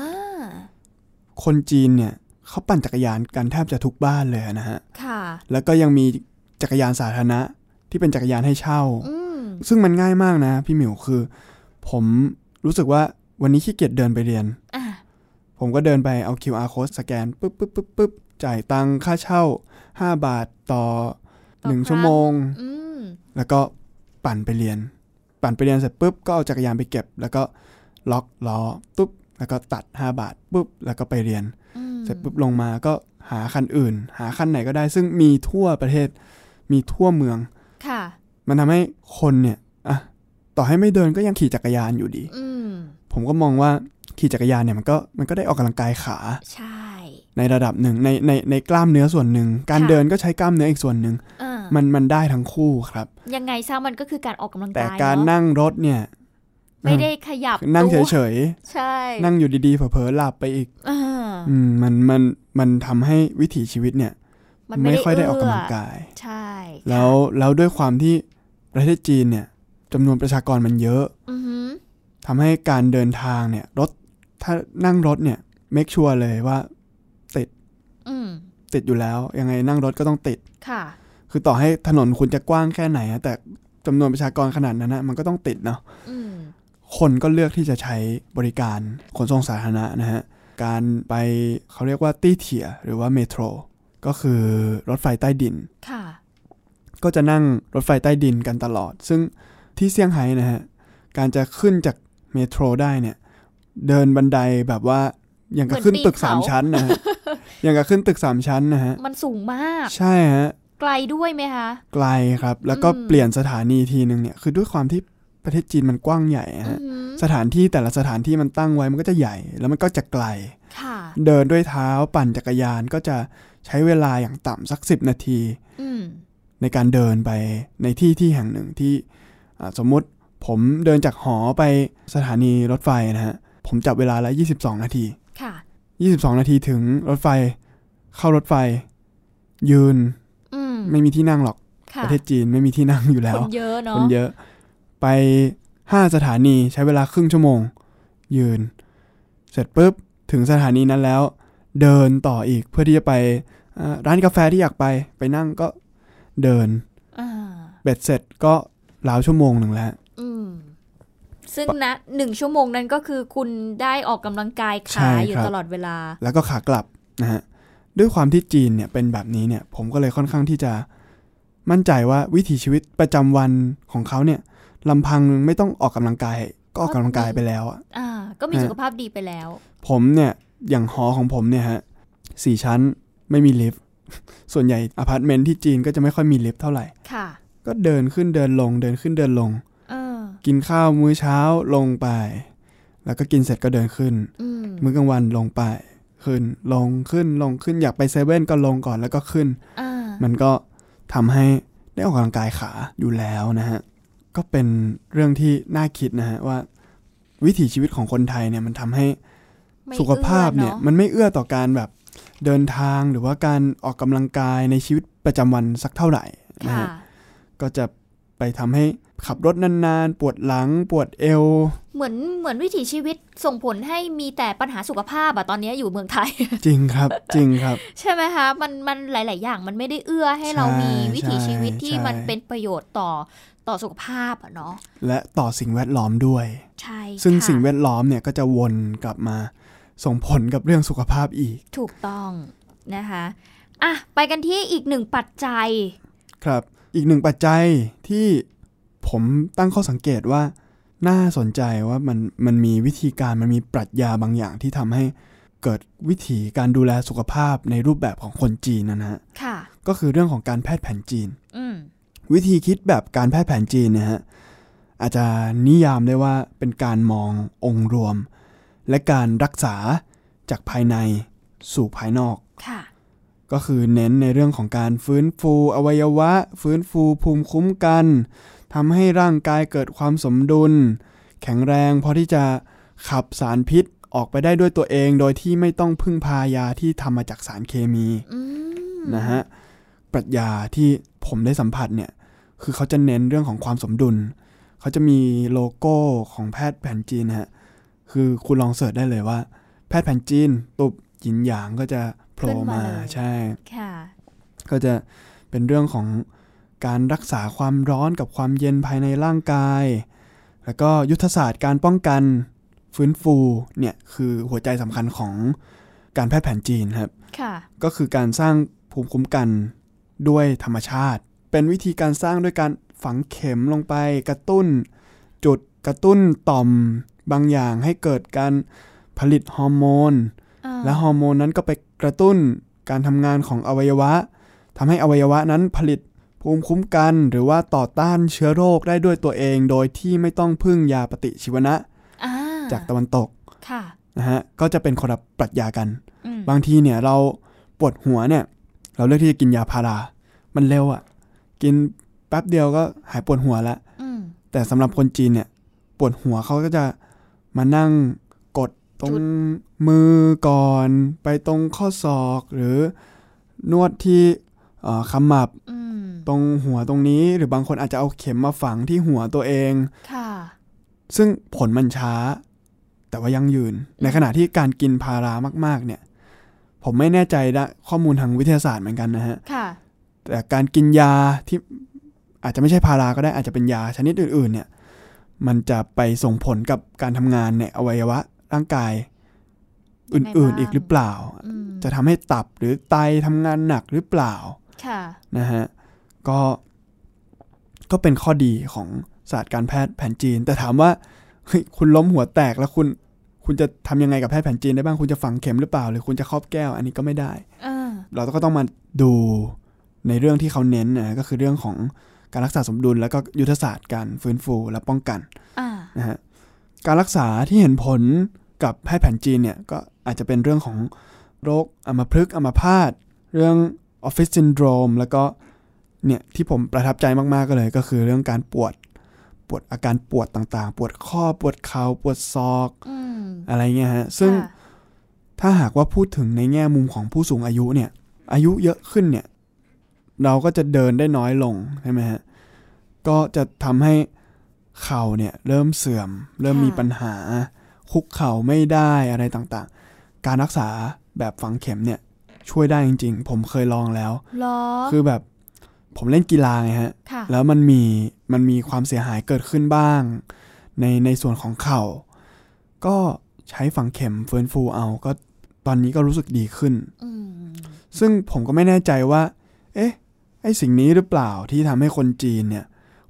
[SPEAKER 3] คนจีนเนี่ยเขาปั่นจักรยานกันแทบจะทุกบ้านเลยนะฮะ
[SPEAKER 2] ค่ะ
[SPEAKER 3] แล้วก็ยังมีจักรยานสาธารณะที่เป็นจักรยานให้เช่า
[SPEAKER 2] อืม
[SPEAKER 3] ซึ่งมันง่ายมากนะ พี่หมิวคือ ผมรู้สึกว่าวันนี้ขี้เกียจเดินไปเรียน
[SPEAKER 2] อ่ะ
[SPEAKER 3] ผมก็เดินไปเอา QR code สแกนปุ๊บปุ๊บปุ๊บปุ๊บจ่ายตังค่าเช่า 5 บาทต่อ
[SPEAKER 2] ต่อครั้ง
[SPEAKER 3] 1 ชั่วโมง
[SPEAKER 2] อืม
[SPEAKER 3] แล้วก็ปั่นไปเรียน ปั่นไปเรียนเสร็จปุ๊บก็เอาจักรยานไปเก็บ แล้วก็ล็อกล้อปุ๊บแล้วก็ตัด 5 บาทปุ๊บแล้วก็ไปเรียน
[SPEAKER 2] อืม
[SPEAKER 3] เสร็จปุ๊บลงมาก็หาคันอื่น หาคันไหนก็ได้ ซึ่งมีทั่วประเทศ มีทั่วเมือง
[SPEAKER 2] ค่ะ
[SPEAKER 3] มันทำให้คนเนี่ยอ่ะต่อให้ไม่เดินก็ยังขี่จักรยานอยู่ดี
[SPEAKER 2] อืม
[SPEAKER 3] ผมก็มองว่าขี่จักรยานเนี่ยมันก็มันก็ได้ออกกำลังกายขา
[SPEAKER 2] ใช่
[SPEAKER 3] ในระดับหนึ่งในในในกล้ามเนื้อส่วนหนึ่ง การเดินก็ใช้กล้ามเนื้ออีกส่วนหนึ่ง
[SPEAKER 2] อ่า
[SPEAKER 3] มันมันได้ทั้งคู่ครับ
[SPEAKER 2] ยังไงซะมันก็คือการออกกำลัง
[SPEAKER 3] แต่
[SPEAKER 2] กาย
[SPEAKER 3] การ
[SPEAKER 2] เนอะ
[SPEAKER 3] นั่งรถเนี่ย
[SPEAKER 2] ไม่ได้ขยับ
[SPEAKER 3] นั่ง
[SPEAKER 2] ตัว
[SPEAKER 3] เฉย
[SPEAKER 2] ใช่
[SPEAKER 3] ๆ นั่งอยู่ดีๆเผลอๆหลับไปอีก
[SPEAKER 2] อ่า
[SPEAKER 3] อืมมันมันมันทำให้วิถีชีวิตเนี่ย
[SPEAKER 2] มัน
[SPEAKER 3] ไม่ค่อยได้ออกกำลัง
[SPEAKER 2] เ
[SPEAKER 3] กาย
[SPEAKER 2] ใช่
[SPEAKER 3] แล้วแล้วด้วยความที่ประเทศจีนเนี่ยจำนวนประชากรมันเยอะ
[SPEAKER 2] อือหือ
[SPEAKER 3] ทำให้การเดินทางเนี่ยรถถ้านั่งรถเนี่ยเมคชัวร์เลยว่า
[SPEAKER 2] อืม
[SPEAKER 3] ติดอยู่แล้ว ยังไงนั่งรถก็ต้องติด
[SPEAKER 2] ค่ะ
[SPEAKER 3] คือต่อให้ถนนคุณจะกว้างแค่ไหนอะแต่จำนวนประชากรขนาดนั้นนะมันก็ต้องติดเนาะ
[SPEAKER 2] อืม
[SPEAKER 3] คนก็เลือกที่จะใช้บริการขนส่งสาธารณะนะฮะการไปเขาเรียกว่าตี้เถีย หรือว่าเมโทรก็คือรถไฟใต้ดิน
[SPEAKER 2] ค่ะ
[SPEAKER 3] ก็จะนั่งรถไฟใต้ดินกันตลอด ซึ่งที่เซี่ยงไฮ้นะฮะ การจะขึ้นจากเมโทรได้เนี่ย เดินบันไดแบบว่า อย่างกับขึ้นตึก
[SPEAKER 2] เหมือนปีน
[SPEAKER 3] สาม
[SPEAKER 2] เขา
[SPEAKER 3] ชั้นนะฮะ อย่างกับขึ้นตึกสามชั้นนะฮะ
[SPEAKER 2] มันสูงมาก
[SPEAKER 3] ใช่ฮะ
[SPEAKER 2] ไกลด้วยไหมคะ
[SPEAKER 3] ไกลครับ แล้วก็
[SPEAKER 2] อืม
[SPEAKER 3] เปลี่ยนสถานีทีนึงเนี่ย คือด้วยความที่ประเทศจีนมันกว้างใหญ่
[SPEAKER 2] อื
[SPEAKER 3] อะ
[SPEAKER 2] อ
[SPEAKER 3] ฮะ
[SPEAKER 2] หือ
[SPEAKER 3] สถานที่แต่ละสถานที่มันตั้งไว้มันก็จะใหญ่ แล้วมันก็จะไกล
[SPEAKER 2] ค่ะ
[SPEAKER 3] เดินด้วยเท้าปั่นจักรยานก็จะใช้เวลาอย่างต่ำสัก 10 นาที
[SPEAKER 2] อืม
[SPEAKER 3] ในการเดินไปในที่ที่แห่งหนึ่งที่อ่าสมมุติผมเดินจากหอไปสถานีรถไฟนะฮะ ผมจับเวลาแล้ว 22 นาที
[SPEAKER 2] ค่ะ
[SPEAKER 3] 22 นาทีถึงรถไฟ เข้ารถไฟ ยืน
[SPEAKER 2] อืม
[SPEAKER 3] ไม่มีที่นั่งหรอก
[SPEAKER 2] ค่ะ
[SPEAKER 3] ประเทศจีนไม่มีที่นั่งอยู่แล้
[SPEAKER 2] คว นเยอะเนาะ
[SPEAKER 3] คนเยอะ ไป 5 สถานีใช้เวลาครึ่งชั่วโมง ยืน เสร็จปุ๊บ ถึงสถานีนั้นแล้ว เดินต่ออีกเพื่อที่จะไปอ่าร้านกาแฟที่อยากไปไปนั่งก็เดิน
[SPEAKER 2] อ่า
[SPEAKER 3] เบ็ดเสร็จก็ราวชั่วโมงหนึ่งแล้ว
[SPEAKER 2] อืมซึ่งนะหนึ่งชั่วโมงนั้นก็คือคุณได้ออกกำลังกายขา
[SPEAKER 3] ใช่
[SPEAKER 2] อยู่
[SPEAKER 3] ครับ
[SPEAKER 2] ตลอดเวลา
[SPEAKER 3] แล้วก็ขากลับนะฮะด้วยความที่จีนเนี่ยเป็นแบบนี้เนี่ย ผมก็เลยค่อนข้างที่จะมั่นใจว่าวิถีชีวิตประจำวันของเขาเนี่ยลำพังไม่ต้องออกกำลังกาย ก็ออกกำลังกายไปแล้วอะ
[SPEAKER 2] อ่า ก็มีสุขภาพดีไปแล้ว
[SPEAKER 3] ผมเนี่ยอย่างหอของผมเนี่ยฮะสี่ชั้นไม่มีลิฟต์ ส่วนใหญ่อพาร์ตเมนต์ที่จีนก็จะไม่ค่อยมีลิฟต์เท่าไหร่
[SPEAKER 2] ค่ะ
[SPEAKER 3] ก็เดินขึ้นเดินลง เดินขึ้นเดินลง
[SPEAKER 2] เออ
[SPEAKER 3] กินข้าวมื้อเช้าลงไป แล้วก็กินเสร็จก็เดินขึ้น
[SPEAKER 2] อืม
[SPEAKER 3] มื้อกลางวันลงไป ขึ้นลงขึ้นลงขึ้นอยากไปเซเว่นก็ลงก่อนแล้วก็ขึ้น
[SPEAKER 2] อ่า
[SPEAKER 3] มันก็ทำให้ได้ออกกำลังกายขาอยู่แล้วนะฮะ ก็เป็นเรื่องที่น่าคิดนะฮะว่า วิถีชีวิตของคนไทยเนี่ยมันทำให้
[SPEAKER 2] ไม่
[SPEAKER 3] สุขภาพเนี่ย
[SPEAKER 2] อื้ออะ
[SPEAKER 3] มันไม่เอื้อต่อการแบบเดินทางหรือว่าการออกกำลังกายในชีวิตประจำวันสักเท่าไหร่นะ
[SPEAKER 2] ค่ะ
[SPEAKER 3] ฮะก็จะไปทำให้ขับรถนานๆ ปวดหลังปวดเอว
[SPEAKER 2] เหมือนเหมือนวิถีชีวิตส่งผลให้มีแต่ปัญหาสุขภาพอะตอนนี้อยู่เมืองไทย
[SPEAKER 3] จริงครับ จริงครับ
[SPEAKER 2] ใช่ไหมคะ มันมันหลาย ๆ อย่างมันไม่ได้เอื้อให้
[SPEAKER 3] ใช่
[SPEAKER 2] เรามีวิถีชีวิตที่
[SPEAKER 3] ใช่
[SPEAKER 2] มันเป็นประโยชน์ต่อต่อสุขภาพอะเนาะ
[SPEAKER 3] และต่อสิ่งแวดล้อมด้วย
[SPEAKER 2] ใช่
[SPEAKER 3] ซึ่ง
[SPEAKER 2] ค่ะ
[SPEAKER 3] สิ่งแวดล้อมเนี่ยก็จะวนกลับมาส่งผลกับเรื่องสุขภาพอีก
[SPEAKER 2] ถูกต้องนะคะ อ่ะ ไปกันที่อีกหนึ่งปัจจัย
[SPEAKER 3] ครับ อีกหนึ่งปัจจัยที่ผมตั้งข้อสังเกตว่า น่าสนใจว่ามันมันมีวิธีการมันมีปรัชญาบางอย่างที่ทำให้เกิดวิธีการดูแลสุขภาพในรูปแบบของคนจีนนะฮะ
[SPEAKER 2] ค่ะ
[SPEAKER 3] ก็คือเรื่องของการแพทย์แผนจีน
[SPEAKER 2] อืม
[SPEAKER 3] วิธีคิดแบบการแพทย์แผนจีนเนะฮะอาจจะนิยามได้ว่าเป็นการมององค์รวม และการรักษาจากภายในสู่ภายนอก
[SPEAKER 2] ค่ะ
[SPEAKER 3] ก็คือเน้นในเรื่องของการฟื้นฟูอวัยวะ ฟื้นฟูภูมิคุ้มกันทำให้ร่างกายเกิดความสมดุล แข็งแรงพอที่จะขับสารพิษออกไปได้ด้วยตัวเอง โดยที่ไม่ต้องพึ่งพายาที่ทำมาจากสารเคมี
[SPEAKER 2] อืม
[SPEAKER 3] นะฮะปรัชญาที่ผมได้สัมผัสเนี่ยคือเขาจะเน้นเรื่องของความสมดุล เขาจะมีโลโก้ของแพทย์แผนจีนนะฮะคือคุณลองเสิร์ชได้เลยว่า แพทย์แผนจีนตุบหยินหยางก็จะโผล่มาใช่
[SPEAKER 2] ค่ะ
[SPEAKER 3] ก็จะเป็นเรื่องของการรักษาความร้อนกับความเย็นภายในร่างกาย แล้วก็ยุทธศาสตร์การป้องกันฟื้นฟูเนี่ยคือหัวใจสำคัญของการแพทย์แผนจีนครับ
[SPEAKER 2] ค่ะ
[SPEAKER 3] ก็คือการสร้างภูมิคุ้มกันด้วยธรรมชาติ เป็นวิธีการสร้างด้วยการฝังเข็มลงไปกระตุ้น จุดกระตุ้นต่อมบางอย่างให้เกิดการผลิตฮอร์โมน
[SPEAKER 2] อ่า
[SPEAKER 3] และฮอร์โมนนั้นก็ไปกระตุ้นการทำงานของอวัยวะทำให้อวัยวะนั้นผลิตภูมิคุ้มกัน หรือว่าต่อต้านเชื้อโรคได้ด้วยตัวเอง โดยที่ไม่ต้องพึ่งยาปฏิชีวนะ
[SPEAKER 2] อ่า
[SPEAKER 3] จากตะวันตก
[SPEAKER 2] ค่ะ
[SPEAKER 3] นะฮะก็จะเป็นคนละปรัชญากัน
[SPEAKER 2] อืม
[SPEAKER 3] บางทีเนี่ยเราปวดหัวเนี่ย เราเลือกที่จะกินยาพารา มันเร็วอะ่ะ กินแป๊บเดียวก็หายปวดหัวละ
[SPEAKER 2] อืม
[SPEAKER 3] แต่สำหรับคนจีนเนี่ย ปวดหัวเขาก็จะมานั่งกดตรง
[SPEAKER 2] จุด
[SPEAKER 3] มือก่อน ไปตรงข้อศอกหรือนวดที่เอ่อขมับ
[SPEAKER 2] อืม
[SPEAKER 3] ตรงหัวตรงนี้ หรือบางคนอาจจะเอาเข็มมาฝังที่หัวตัวเอง
[SPEAKER 2] ค่ะ
[SPEAKER 3] ซึ่งผลมันช้า แต่ว่ายั่งยืน ในขณะที่การกินพารามาก ๆ เนี่ย ผมไม่แน่ใจนะข้อมูลทางวิทยาศาสตร์เหมือนกันนะฮะ
[SPEAKER 2] ค่ะ
[SPEAKER 3] แต่การกินยาที่อาจจะไม่ใช่พาราก็ได้อาจจะเป็นยาชนิดอื่น ๆ เนี่ย มันจะไปส่งผลกับการทำงานในอวัยวะร่างกาย
[SPEAKER 2] ยั
[SPEAKER 3] อง
[SPEAKER 2] ไงบ้าง
[SPEAKER 3] ื่น ๆ อีกหรือเปล่า
[SPEAKER 2] อืม
[SPEAKER 3] จะทำให้ตับหรือไตทำงานหนักหรือเปล่า
[SPEAKER 2] ค่ะ
[SPEAKER 3] นะฮะก็ก็เป็นข้อดีของศาสตร์การแพทย์แผนจีน แต่ถามว่าเฮ้ยคุณล้มหัวแตกแล้วคุณ คุณจะทำยังไงกับแพทย์แผนจีนได้บ้างคุณจะฝังเข็มหรือเปล่า หรือคุณจะครอบแก้ว อันนี้ก็ไม่ได้
[SPEAKER 2] เออ
[SPEAKER 3] เราก็ต้องมาดูในเรื่องที่เขาเน้นนะก็คือเรื่องของการรักษาสมดุล แล้วก็ยุทธศาสตร์การฟื้นฟูและป้องกัน
[SPEAKER 2] อ่า
[SPEAKER 3] นะฮะการรักษาที่เห็นผลกับแพทย์แผนจีนเนี่ยก็อาจจะเป็นเรื่องของโรคอัมพฤกษ์อัมพาตเรื่องออฟฟิศซินโดรมแล้วก็เนี่ยที่ผมประทับใจมาก ๆ ก็เลย ก็คือเรื่องการปวดปวดอาการปวดต่างๆ ปวดข้อปวดเข่าปวดศอก
[SPEAKER 2] อืม
[SPEAKER 3] อะไรเงี้ยฮะซึ่ง
[SPEAKER 2] ค่ะ
[SPEAKER 3] ถ้าหากว่าพูดถึงในแง่มุมของผู้สูงอายุเนี่ย อายุเยอะขึ้นเนี่ย เราก็จะเดินได้น้อยลงใช่ไหมฮะ ก็จะทำให้เข่าเนี่ย เริ่มเสื่อม เริ่มมีปัญหา คุกเข่าไม่ได้อะไรต่างๆ การรักษาแบบฝังเข็มเนี่ย ช่วยได้จริงๆ ผมเคยลองแล้ว
[SPEAKER 2] เหรอ
[SPEAKER 3] คือแบบผมเล่นกีฬาไงฮะ
[SPEAKER 2] ค่ะ
[SPEAKER 3] แล้วมันมีมันมีความเสียหายเกิดขึ้นบ้าง ในในส่วนของเข่า ก็ใช้ฝังเข็มฟื้นฟูเอาก็ตอนนี้ก็รู้สึกดีขึ้น
[SPEAKER 2] อืม
[SPEAKER 3] ซึ่งผมก็ไม่แน่ใจว่า เอ๊ะไอสิ่งนี้หรือเปล่าที่ทำให้คนจีนเนี่ย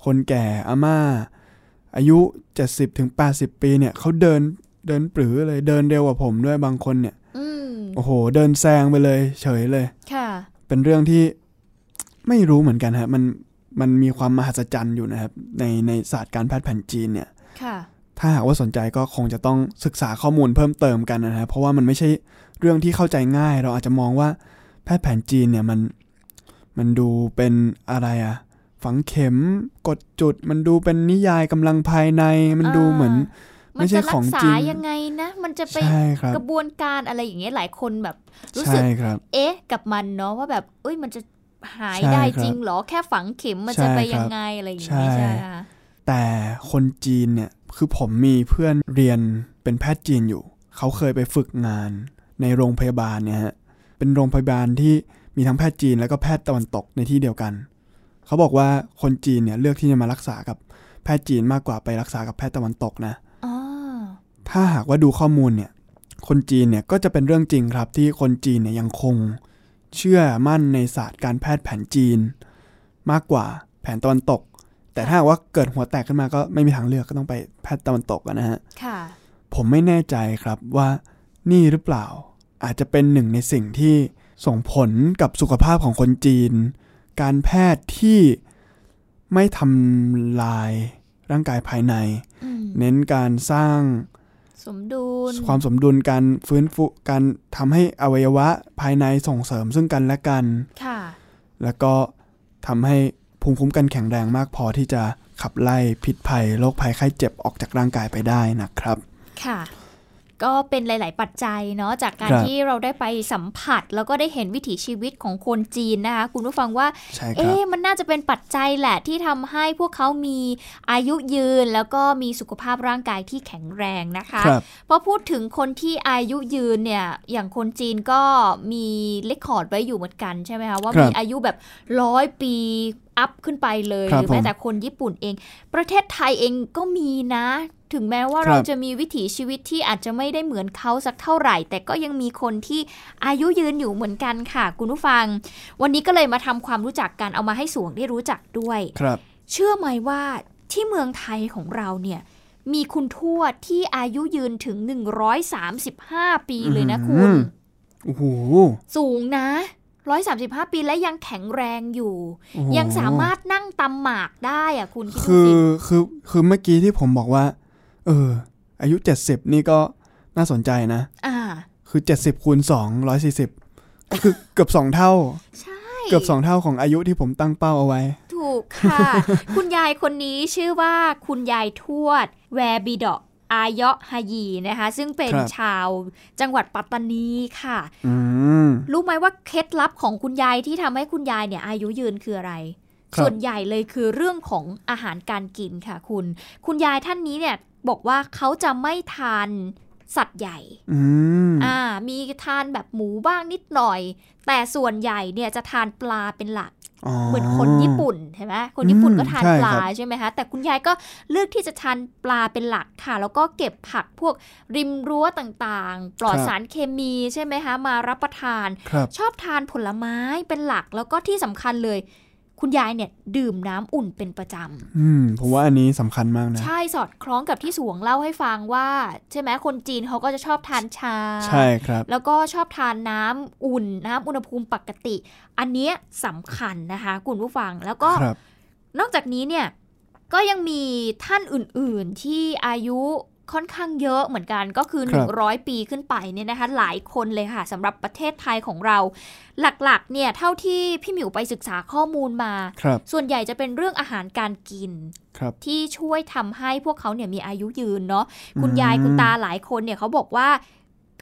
[SPEAKER 3] คนแก่อาม่า อายุ 70ถึง80 ปีเนี่ยเขาเดินเดินปรือเลยเดินเร็วกว่าผมด้วยบางคนเนี่ย
[SPEAKER 2] อืม
[SPEAKER 3] โอ้โห เดินแซงไปเลยเฉยเลย
[SPEAKER 2] ค่ะ
[SPEAKER 3] เป็นเรื่องที่ไม่รู้เหมือนกันฮะมันมันมีความมหัศจรรย์อยู่นะครับ ในในศาสตร์การแพทย์แผนจีนเนี่ย
[SPEAKER 2] ค่ะ
[SPEAKER 3] ถ้าหากว่าสนใจก็คงจะต้องศึกษาข้อมูลเพิ่มเติมกันนะฮะเพราะว่ามันไม่ใช่เรื่องที่เข้าใจง่าย เราอาจจะมองว่าแพทย์แผนจีนเนี่ยมันมันดูเป็นอะไรอะฝังเข็มกดจุด มันดูเป็นนิยายกำลังภายใน มันดูเหมือน ไม่
[SPEAKER 2] มัน
[SPEAKER 3] ใช่
[SPEAKER 2] จะ
[SPEAKER 3] ข
[SPEAKER 2] รั
[SPEAKER 3] อง
[SPEAKER 2] ก
[SPEAKER 3] จริ
[SPEAKER 2] ษาง ยังไงนะ มันจะไป
[SPEAKER 3] ใช่ครับ
[SPEAKER 2] กระบวนการอะไรอย่างเงี้ยหลายคนแบบ รู้สึก
[SPEAKER 3] ใช่ครับ
[SPEAKER 2] เอ๊ะ กับมันเนาะว่าแบบ เอ้ย มันจะหาย
[SPEAKER 3] ใช่
[SPEAKER 2] ได้
[SPEAKER 3] ครับ
[SPEAKER 2] จริงเหรอ แค่ฝังเข็มมัน
[SPEAKER 3] ใช่
[SPEAKER 2] จะไป
[SPEAKER 3] ครั
[SPEAKER 2] ยัง
[SPEAKER 3] บ
[SPEAKER 2] ไงอะไรอย่างงี้
[SPEAKER 3] ใช่
[SPEAKER 2] ใช่ไหมคะ
[SPEAKER 3] แต่คนจีนเนี่ยคือผมมีเพื่อนเรียนเป็นแพทย์จีนอยู่ เขาเคยไปฝึกงานในโรงพยาบาลเนี่ยฮะเป็นโรงพยาบาลที่มีทั้งแพทย์จีนแล้วก็แพทย์ตะวันตกในที่เดียวกัน เขาบอกว่าคนจีนเนี่ยเลือกที่จะมารักษากับแพทย์จีนมากกว่าไปรักษากับแพทย์ตะวันตกนะ
[SPEAKER 2] อ๋อ
[SPEAKER 3] ถ้าหากว่าดูข้อมูลเนี่ย คนจีนเนี่ยก็จะเป็นเรื่องจริงครับที่คนจีนเนี่ยยังคงเชื่อมั่นในศาสตร์การแพทย์แผนจีน มากกว่าแผนตะวันตก แต่ถ้าหากว่าเกิดหัวแตกขึ้นมาก็ไม่มีทางเลือกก็ต้องไปแพทย์ตะวันตกอะนะฮะ
[SPEAKER 2] ค่ะ
[SPEAKER 3] ผมไม่แน่ใจครับว่านี่หรือเปล่า อาจจะเป็นหนึ่งในสิ่งที่ส่งผลกับสุขภาพของคนจีน การแพทย์ที่ไม่ทำลายร่างกายภายใน
[SPEAKER 2] อืม
[SPEAKER 3] เน้นการสร้าง
[SPEAKER 2] สมดุล
[SPEAKER 3] ความสมดุลการฟื้นฟูการทำให้อวัยวะภายในส่งเสริมซึ่งกันและกัน
[SPEAKER 2] ค่ะ
[SPEAKER 3] แล้วก็ทำให้ภูมิคุ้มกันแข็งแรงมากพอที่จะขับไล่พิษภัยโรคภัยไข้เจ็บออกจากร่างกายไปได้นะครับ
[SPEAKER 2] ค่ะ ก็เป็นหลาย ๆ ปัจจัยเนาะจากการ
[SPEAKER 3] ครับ
[SPEAKER 2] ที่เราได้ไปสัมผัส แล้วก็ได้เห็นวิถีชีวิตของคนจีนนะคะ คุณผู้ฟังว่า
[SPEAKER 3] ใช่ครับ
[SPEAKER 2] เอ๊ะมันน่าจะเป็นปัจจัยแหละที่ทำให้พวกเขามีอายุยืน แล้วก็มีสุขภาพร่างกายที่แข็งแรงนะคะ
[SPEAKER 3] ครับ
[SPEAKER 2] พอพูดถึงคนที่อายุยืนเนี่ย อย่างคนจีนก็มีเลคคอร์ดไว้อยู่เหมือนกันใช่ไหมคะว่า
[SPEAKER 3] ครับ
[SPEAKER 2] มีอายุแบบร้อยปีอัพขึ้นไปเลยห
[SPEAKER 3] ครับ
[SPEAKER 2] รือแม้
[SPEAKER 3] ผม
[SPEAKER 2] แต่คนญี่ปุ่นเอง ประเทศไทยเองก็มีนะ ถึงแม้ว่า
[SPEAKER 3] ครับ
[SPEAKER 2] เราจะมีวิถีชีวิตที่อาจจะไม่ได้เหมือนเขาสักเท่าไหร่ แต่ก็ยังมีคนที่อายุยืนอยู่เหมือนกันค่ะ คุณผู้ฟัง วันนี้ก็เลยมาทำความรู้จักกันเอามาให้สวงได้รู้จักด้วย
[SPEAKER 3] ครับ
[SPEAKER 2] เชื่อไหมว่า ที่เมืองไทยของเราเนี่ยมีคุณทวดที่อายุยืนถึง 135 ปีเลยนะคุ
[SPEAKER 3] อื
[SPEAKER 2] ณ
[SPEAKER 3] ม โอ้โห
[SPEAKER 2] สูงนะ 135 ปีและยังแข็งแรงอยู่
[SPEAKER 3] โอ้โห
[SPEAKER 2] ยังสามารถนั่งตำหมากได้อะคุณคิดดู
[SPEAKER 3] คือ
[SPEAKER 2] สิ
[SPEAKER 3] คือคือเมื่อกี้ที่ผมบอกว่า เออ อายุ 70 นี่ก็น่าสนใจนะ
[SPEAKER 2] อ่า
[SPEAKER 3] คือ 70คูณ2 140 ก็คือเกือบ 2 เท่า
[SPEAKER 2] ใช่
[SPEAKER 3] เกือบ 2 เท่าของอายุที่ผมตั้งเป้าเอาไว้
[SPEAKER 2] ถูกค่ะ คุณยายคนนี้ชื่อว่าคุณยายทวด แวบิดอกอายะฮายีนะคะ ซึ่งเป็น
[SPEAKER 3] ครับ
[SPEAKER 2] ชาวจังหวัดปัตตานีค่ะ
[SPEAKER 3] อืม
[SPEAKER 2] รู้ไหมว่าเคล็ดลับของคุณยายที่ทำให้คุณยายเนี่ยอายุยืนคืออะไร
[SPEAKER 3] ครับ
[SPEAKER 2] ส่วนใหญ่เลยคือเรื่องของอาหารการกินค่ะคุณ คุณยายท่านนี้เนี่ยบอกว่าเขาจะไม่ทานสัตว์ใหญ่
[SPEAKER 3] อืม
[SPEAKER 2] อ่า มีทานแบบหมูบ้างนิดหน่อย แต่ส่วนใหญ่เนี่ยจะทานปลาเป็นหลัก เหมือนคนญี่ปุ่นใช่ไหมคนญี่ปุ่นก็ทาน
[SPEAKER 3] ใช่
[SPEAKER 2] ปลา
[SPEAKER 3] ครับ
[SPEAKER 2] ใช่ไหมคะ แต่คุณยายก็เลือกที่จะทานปลาเป็นหลักค่ะ แล้วก็เก็บผักพวกริมรั้วต่างๆ ปลอดสารเคมีใช่ไหมคะ มารับประทาน
[SPEAKER 3] ครับ
[SPEAKER 2] ชอบทานผลไม้เป็นหลักแล้วก็ที่สำคัญเลย คุณยายเนี่ยดื่มน้ำอุ่นเป็นประจำ
[SPEAKER 3] อืม ผมว่าอันนี้สำคัญมากนะ
[SPEAKER 2] ใช่สอดคล้องกับที่สวงเล่าให้ฟังว่า ใช่ไหมคนจีนเขาก็จะชอบทานชา
[SPEAKER 3] ใช่ครับ
[SPEAKER 2] แล้วก็ชอบทานน้ำอุ่น น้ำอุณหภูมิปกติ อันเนี้ยสำคัญนะคะคุณผู้ฟังแล้วก็
[SPEAKER 3] ครับ
[SPEAKER 2] นอกจากนี้เนี่ยก็ยังมีท่านอื่นๆที่อายุค่อนข้างเยอะเหมือนกันก็คือ
[SPEAKER 3] ครับ
[SPEAKER 2] 100 ปีขึ้นไปเนี่ยนะคะหลายคนเลยค่ะสำหรับประเทศไทยของเรา หลักๆเนี่ยเท่าที่พี่หมิวไปศึกษาข้อมูลมา
[SPEAKER 3] ครับ
[SPEAKER 2] ส่วนใหญ่จะเป็นเรื่องอาหารการกิน
[SPEAKER 3] ครับ
[SPEAKER 2] ที่ช่วยทำให้พวกเขาเนี่ยมีอายุยืนเนาะ
[SPEAKER 3] อืม
[SPEAKER 2] คุณยายคุณตาหลายคนเนี่ยเขาบอกว่า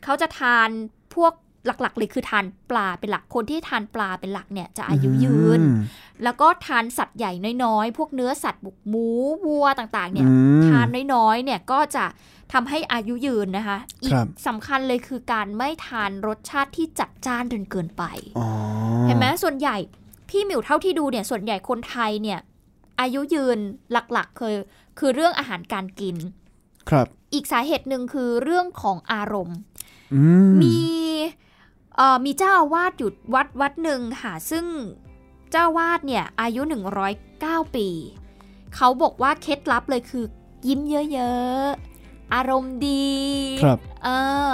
[SPEAKER 2] เขาจะทานพวกหลักๆเลยคือทานปลาเป็นหลักคนที่ทานปลาเป็นหลักเนี่ยจะอายุยืน
[SPEAKER 3] อืม
[SPEAKER 2] แล้วก็ทานสัตว์ใหญ่น้อยๆ พวกเนื้อสัตว์บุกหมูวัวต่างๆ เนี่ย
[SPEAKER 3] อืม
[SPEAKER 2] ทานน้อยๆ เนี่ยก็จะทำให้อายุยืนนะคะ อีก
[SPEAKER 3] ครับ
[SPEAKER 2] สำคัญเลยคือการไม่ทานรสชาติที่จัดจ้านจนเกินไป
[SPEAKER 3] อ๋อ
[SPEAKER 2] เห็นไหมส่วนใหญ่พี่หมิวเท่าที่ดูเนี่ย ส่วนใหญ่คนไทยเนี่ย อายุยืนหลักๆ คือคือเรื่องอาหารการกิน
[SPEAKER 3] ครับ
[SPEAKER 2] อีกสาเหตุหนึ่งคือเรื่องของอารมณ์
[SPEAKER 3] อืม
[SPEAKER 2] มีเอ่อมีเจ้าอาวาสอยู่วัดวัดหนึ่งค่ะ ซึ่งเจ้าอาวาสเนี่ยอายุ 109 ปี เขาบอกว่าเคล็ดลับเลยคือ ยิ้มเยอะๆ อารมณ์ดี
[SPEAKER 3] ครับ
[SPEAKER 2] เออ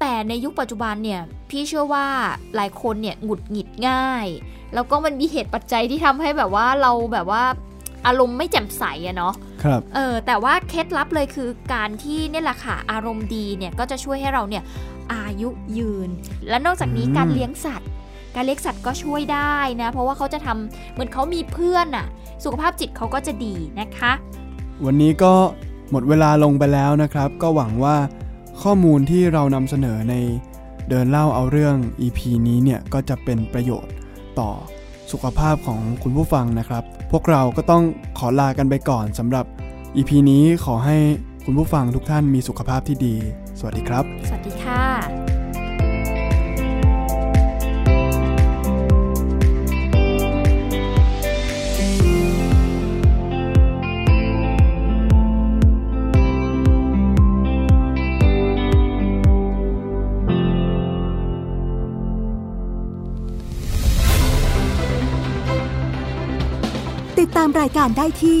[SPEAKER 2] แต่ในยุคปัจจุบันเนี่ย พี่เชื่อว่าหลายคนเนี่ยหงุดหงิดง่าย แล้วก็มันมีเหตุปัจจัยที่ทำให้แบบว่าเราแบบว่าอารมณ์ไม่แจ่มใสอะเนาะ
[SPEAKER 3] ครับ
[SPEAKER 2] เออแต่ว่าเคล็ดลับเลยคือการที่เนี่ยแหละค่ะอารมณ์ดีเนี่ยก็จะช่วยให้เราเนี่ยอายุยืน และนอกจากนี้
[SPEAKER 3] อืม
[SPEAKER 2] การเลี้ยงสัตว์ การเลี้ยงสัตว์ก็ช่วยได้นะ เพราะว่าเขาจะทำเหมือนเขามีเพื่อนอะสุขภาพจิตเขาก็จะดีนะคะ
[SPEAKER 3] วันนี้ก็หมดเวลาลงไปแล้วนะครับ ก็หวังว่าข้อมูลที่เรานำเสนอในเดินเล่าเอาเรื่อง EP นี้เนี่ยก็จะเป็นประโยชน์ต่อสุขภาพของคุณผู้ฟังนะครับ พวกเราก็ต้องขอลากันไปก่อนสำหรับ EP นี้ขอให้คุณผู้ฟังทุกท่านมีสุขภาพที่ดี สวัสดีครับ
[SPEAKER 2] สวัสดีค่ะ
[SPEAKER 4] ติดตามรายการได้ที่